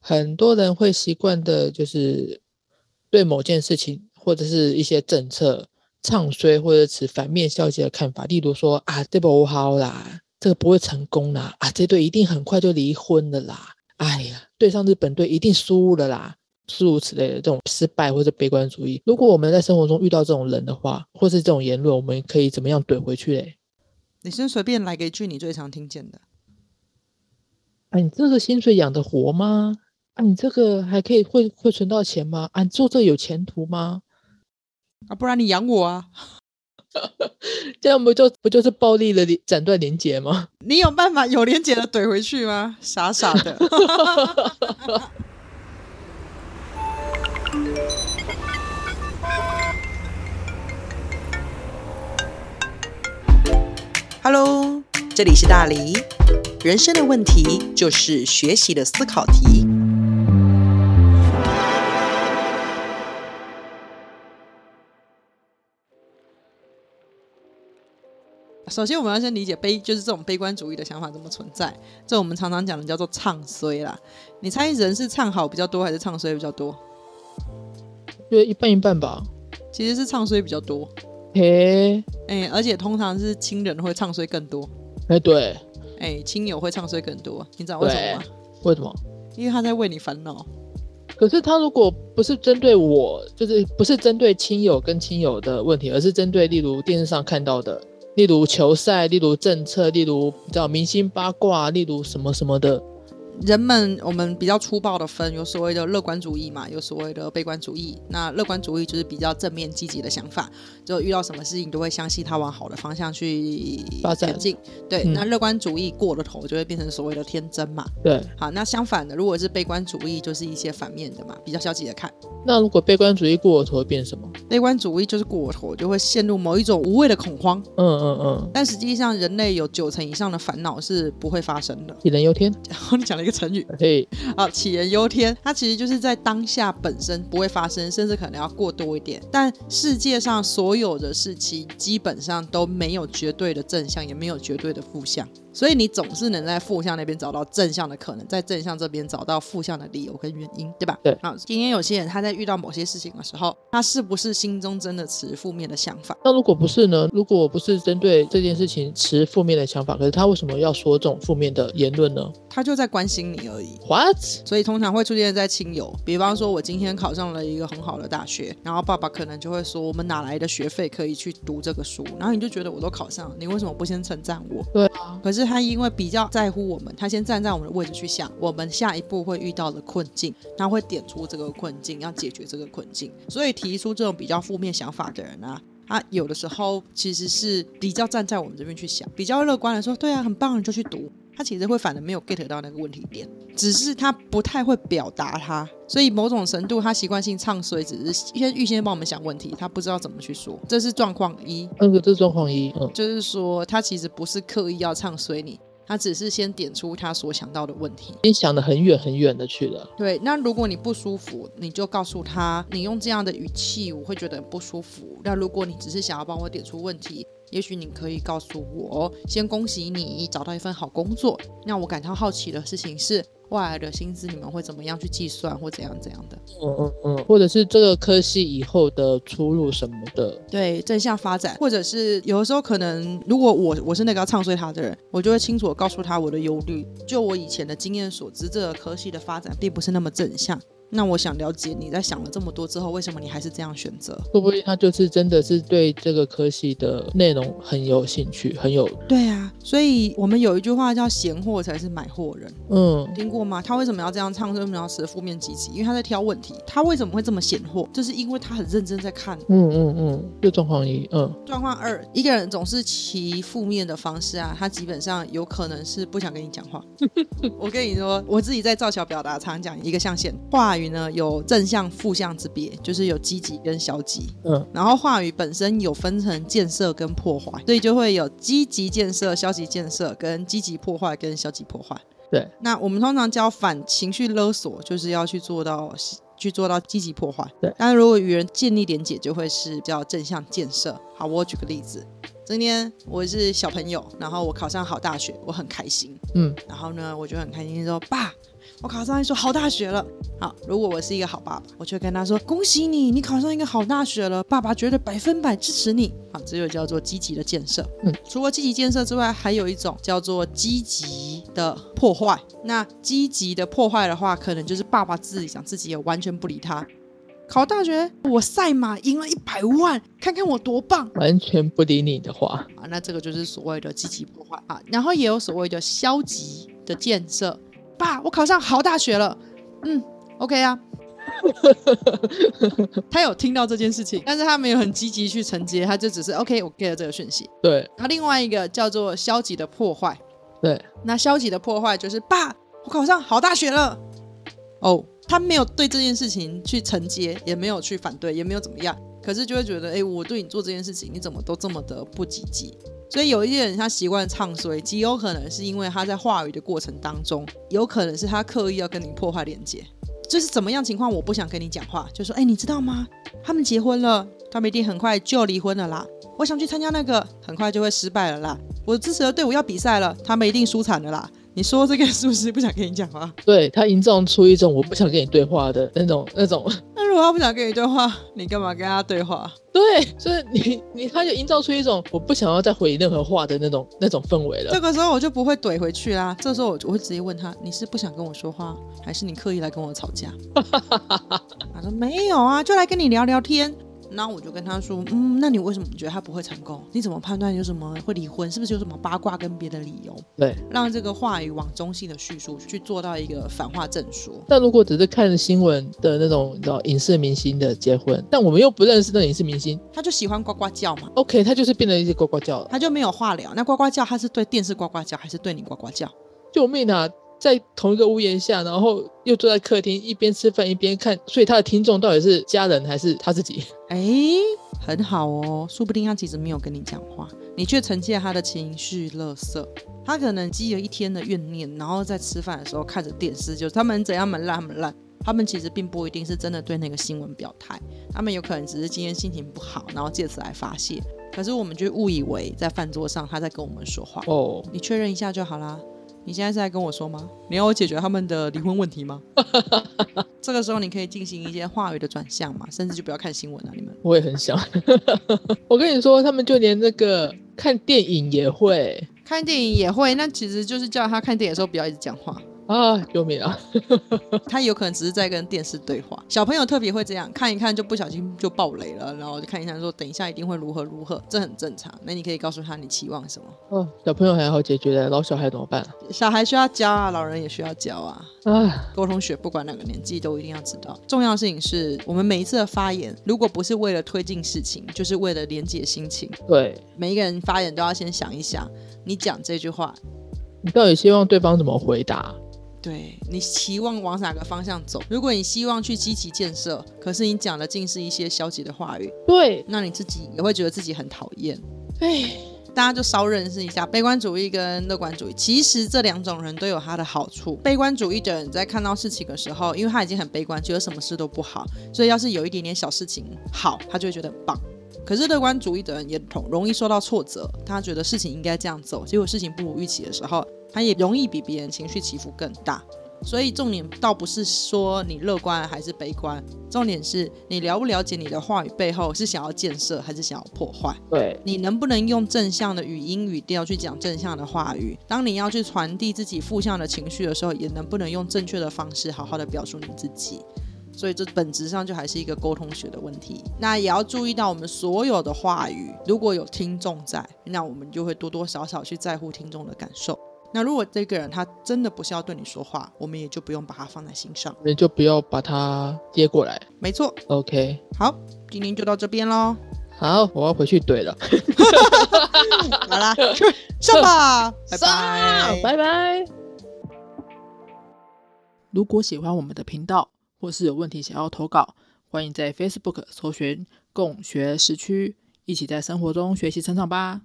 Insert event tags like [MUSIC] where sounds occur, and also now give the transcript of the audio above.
很多人会习惯的，就是对某件事情或者是一些政策唱衰或者持反面消极的看法，例如说啊，这不好啦，这个不会成功啦，啊，这对一定很快就离婚了啦，哎呀，对上日本队一定输了啦。诸如此类的这种失败或者悲观主义，如果我们在生活中遇到这种人的话，或是这种言论，我们可以怎么样怼回去嘞？你先随便来个一句你最常听见的，啊，你这个薪水养得活吗？啊，你这个还可以会会存到钱吗？啊，你做这有前途吗？啊，不然你养我啊！这样不就不就是暴力的连斩断连结吗？ [LAUGHS] 你有办法有连结的怼回去吗？傻傻的。Hello，这里是大黎。人生的问题就是学习的思考题。首先，我们要先理解悲，就是这种悲观主义的想法怎么存在。这我们常常讲的叫做唱衰啦。你猜人是唱好比较多，还是唱衰比较多？觉得一半一半吧。其实是唱衰比较多。嘿，哎、而且通常是亲人会唱衰更多，哎，对，哎、亲友会唱衰更多。你知道为什么吗？为什么？因为他在为你烦恼。可是他如果不是针对我，就是不是针对亲友跟亲友的问题，而是针对例如电视上看到的，例如球赛，例如政策，例如你知道明星八卦，例如什么什么的，人们我们比较粗暴的分，有所谓的乐观主义嘛，有所谓的悲观主义。那乐观主义就是比较正面积极的想法，就遇到什么事情都会相信它往好的方向去发展前进。对，嗯那乐观主义过了头就会变成所谓的天真嘛。对。好，那相反的，如果是悲观主义，就是一些反面的嘛，比较消极的看。那如果悲观主义过头会变什么？悲观主义就是过头，就会陷入某一种无谓的恐慌。嗯嗯嗯，但实际上，人类有九成以上的烦恼是不会发生的。 [LAUGHS] 杞人忧天。然后你讲了一个成语，嘿，啊，杞人忧天，它其实就是在当下本身不会发生，甚至可能要过多一点。但世界上所有的事情基本上都没有绝对的正向，也没有绝对的负向，所以你总是能在负向那边找到正向的可能，在正向这边找到负向的理由跟原因，对吧？对好，今天有些人他在遇到某些事情的时候，他是不是心中真的持负面的想法？那如果不是呢？如果我不是针对这件事情持负面的想法，可是他为什么要说这种负面的言论呢他就在关心你而已。 ？What？所以通常会出现在亲友，比方说，我今天考上了一个很好的大学，然后爸爸可能就会说，我们哪来的学费可以去读这个书？然后你就觉得我都考上了，你为什么不先称赞我？对啊，可是他因为比较在乎我们，他先站在我们的位置去想我们下一步会遇到的困境，他会点出这个困境，要解决这个困境，所以提出这种比较负面想法的人啊。他有的时候其实是比较站在我们这边去想，比较乐观的说，对啊，很棒，你就去读。他其实会反而没有 get 到那个问题点，只是他不太会表达他，所以某种程度他习惯性唱衰，只是先预先帮我们想问题，他不知道怎么去说，这是状况一。那个这是状况一，嗯，就是说他其实不是刻意要唱衰你，他只是先点出他所想到的问题。已经想得很远很远的去了。对，那如果你不舒服，你就告诉他，你用这样的语气，我会觉得很不舒服。那如果你只是想要帮我点出问题，也许你可以告诉我，先恭喜你找到一份好工作。那我感到好奇的事情是，未来的薪资你们会怎么样去计算，或怎样怎样的？嗯嗯嗯，或者是这个科系以后的出路什么的。对正向发展，或者是有的时候可能，如果我我是那个要唱衰他的人，我就会清楚地告诉他我的忧虑。就我以前的经验所知，这个科系的发展并不是那么正向。那我想了解你在想了这么多之后，为什么你还是这样选择？说不定他就是真的是对这个科系的内容很有兴趣，很有对啊，所以我们有一句话叫“闲货才是买货人”，嗯，听过吗？他为什么要这样唱？为什么要持负面积极？因为他在挑问题。他为什么会这么闲货？就是因为他很认真在看嗯嗯嗯，这状况一，嗯，状况二，一个人总是骑负面的方式啊，他基本上有可能是不想跟你讲 [LAUGHS] 话。我跟你说，我自己在造桥表达常讲一个象限，话语呢有正向、负向之别，就是有积极跟消极。嗯，然后话语本身有分成建设跟破坏，所以就会有积极建设、消极建设跟积极破坏跟消极破坏。对，那我们通常叫反情绪勒索，就是要去做到去做到积极破坏。对但是如果与人建立连结，就会是比较正向建设。好，我举个例子，今天我是小朋友，然后我考上好大学，我很开心。嗯，然后呢，我就很开心地说：“爸，我考上一所好大学了。好，如果我是一个好爸爸，我就跟他说：“恭喜你，你考上一个好大学了，爸爸绝对百分百支持你。”啊，这就叫做积极的建设。嗯，除了积极建设之外，还有一种叫做积极的破坏。那积极的破坏的话，可能就是爸爸自己想自己也完全不理他。考大学，我赛马赢了一百万，看看我多棒！完全不理你的话，啊，那这个就是所谓的积极破坏啊。然后也有所谓的消极的建设。爸，我考上好大学了，嗯，OK 啊。他有听到这件事情，但是他没有很积极去承接，他就只是 OK，我 get 了这个讯息。对然后另外一个叫做消极的破坏，对，那消极的破坏就是爸，我考上好大学了，哦，他没有对这件事情去承接，也没有去反对，也没有怎么样，可是就会觉得，哎，我对你做这件事情，你怎么都这么的不积极？所以有一些人他习惯唱衰，极有可能是因为他在话语的过程当中，有可能是他刻意要跟你破坏连接，就是怎么样情况我不想跟你讲话，就说，哎，你知道吗？他们结婚了，他们一定很快就离婚了啦。我想去参加那个，很快就会失败了啦。我支持的队伍要比赛了，他们一定输惨了啦。你说这个是不是不想跟你讲话？ [LAUGHS] 对他营造出一种我不想跟你对话的那种那种，那如果他不想跟你对话，你干嘛跟他对话？对，就是你你他就营造出一种我不想要再回你任何话的那种那种氛围了这。个时候我就不会怼回去啦。这时候我就我会直接问他：你是不想跟我说话，还是你刻意来跟我吵架？ [LAUGHS] 他说没有啊，就来跟你聊聊天。然后我就跟他说：嗯，那你为什么觉得他不会成功？你怎么判断有什么会离婚？是不是有什么八卦跟别的理由？对，让这个话语往中性的叙述去做到一个反话正说。但如果只是看新闻的那种，你知道影视明星的结婚，但我们又不认识那个影视明星他就喜欢呱呱叫嘛， ，OK，他就是变成一只呱呱叫了。他就没有话聊。那呱呱叫，他是对电视呱呱叫，还是对你呱呱叫？救命啊！在同一个屋檐下，然后又坐在客厅，一边吃饭一边看，所以他的听众到底是家人还是他自己？ [LAUGHS] 哎，很好哦，说不定他其实没有跟你讲话，你却承接他的情绪垃圾。他可能积了一天的怨念，然后在吃饭的时候看着电视，就是他们怎样蛮烂蛮烂。他们其实并不一定是真的对那个新闻表态，他们有可能只是今天心情不好，然后借此来发泄。可是我们就误以为在饭桌上他在跟我们说话，哦，你确认一下就好啦。你现在是在跟我说吗？你要我解决他们的离婚问题 [LAUGHS] 吗？这个时候你可以进行一些话语的转向嘛，甚至就不要看新闻了、你们我也很想。 [LAUGHS] 我跟你说，他们就连那个看电影也会看电影也会，那其实就是叫他看电影的时候不要一直讲话，啊！救命啊！他有可能只是在跟电视对话。小朋友特别会这样，看一看就不小心就爆雷了，然后就看一下说等一下一定会如何如何，这很正常。那你可以告诉他你期望什么。哦，小朋友还好解决的，老小孩怎么办小孩需要教啊，老人也需要教啊。啊？沟通学不管哪个年纪都一定要知道。重要的事情是我们每一次的发言，如果不是为了推进事情，就是为了连接心情。对每一个人发言都要先想一想，你讲这句话，你到底希望对方怎么回答？对你期望往哪个方向走？如果你希望去积极建设，可是你讲的尽是一些消极的话语，对，那你自己也会觉得自己很讨厌。哎，大家就稍认识一下悲观主义跟乐观主义。其实这两种人都有他的好处。悲观主义的人在看到事情的时候，因为他已经很悲观，觉得什么事都不好，所以要是有一点点小事情好，他就会觉得很棒。可是乐观主义的人也同容易受到挫折，他觉得事情应该这样走，结果事情不如预期的时候，他也容易比别人情绪起伏更大。所以重点倒不是说你乐观还是悲观，重点是你了不了解你的话语背后是想要建设还是想要破坏。对，你能不能用正向的语音语调去讲正向的话语？当你要去传递自己负向的情绪的时候，也能不能用正确的方式好好的表述你自己？所以这本质上就还是一个沟通学的问题。那也要注意到，我们所有的话语如果有听众在，那我们就会多多少少去在乎听众的感受。那如果这个人他真的不是要对你说话，我们也就不用把他放在心上。你就不要把它接过来。没错， OK，好，今天就到这边喽。好，我要回去怼了，哎好啦，上吧，拜拜，拜拜。如果喜欢我们的频道，或是有问题想要投稿，欢迎在 Facebook 搜寻“共学时区”，一起在生活中学习成长吧。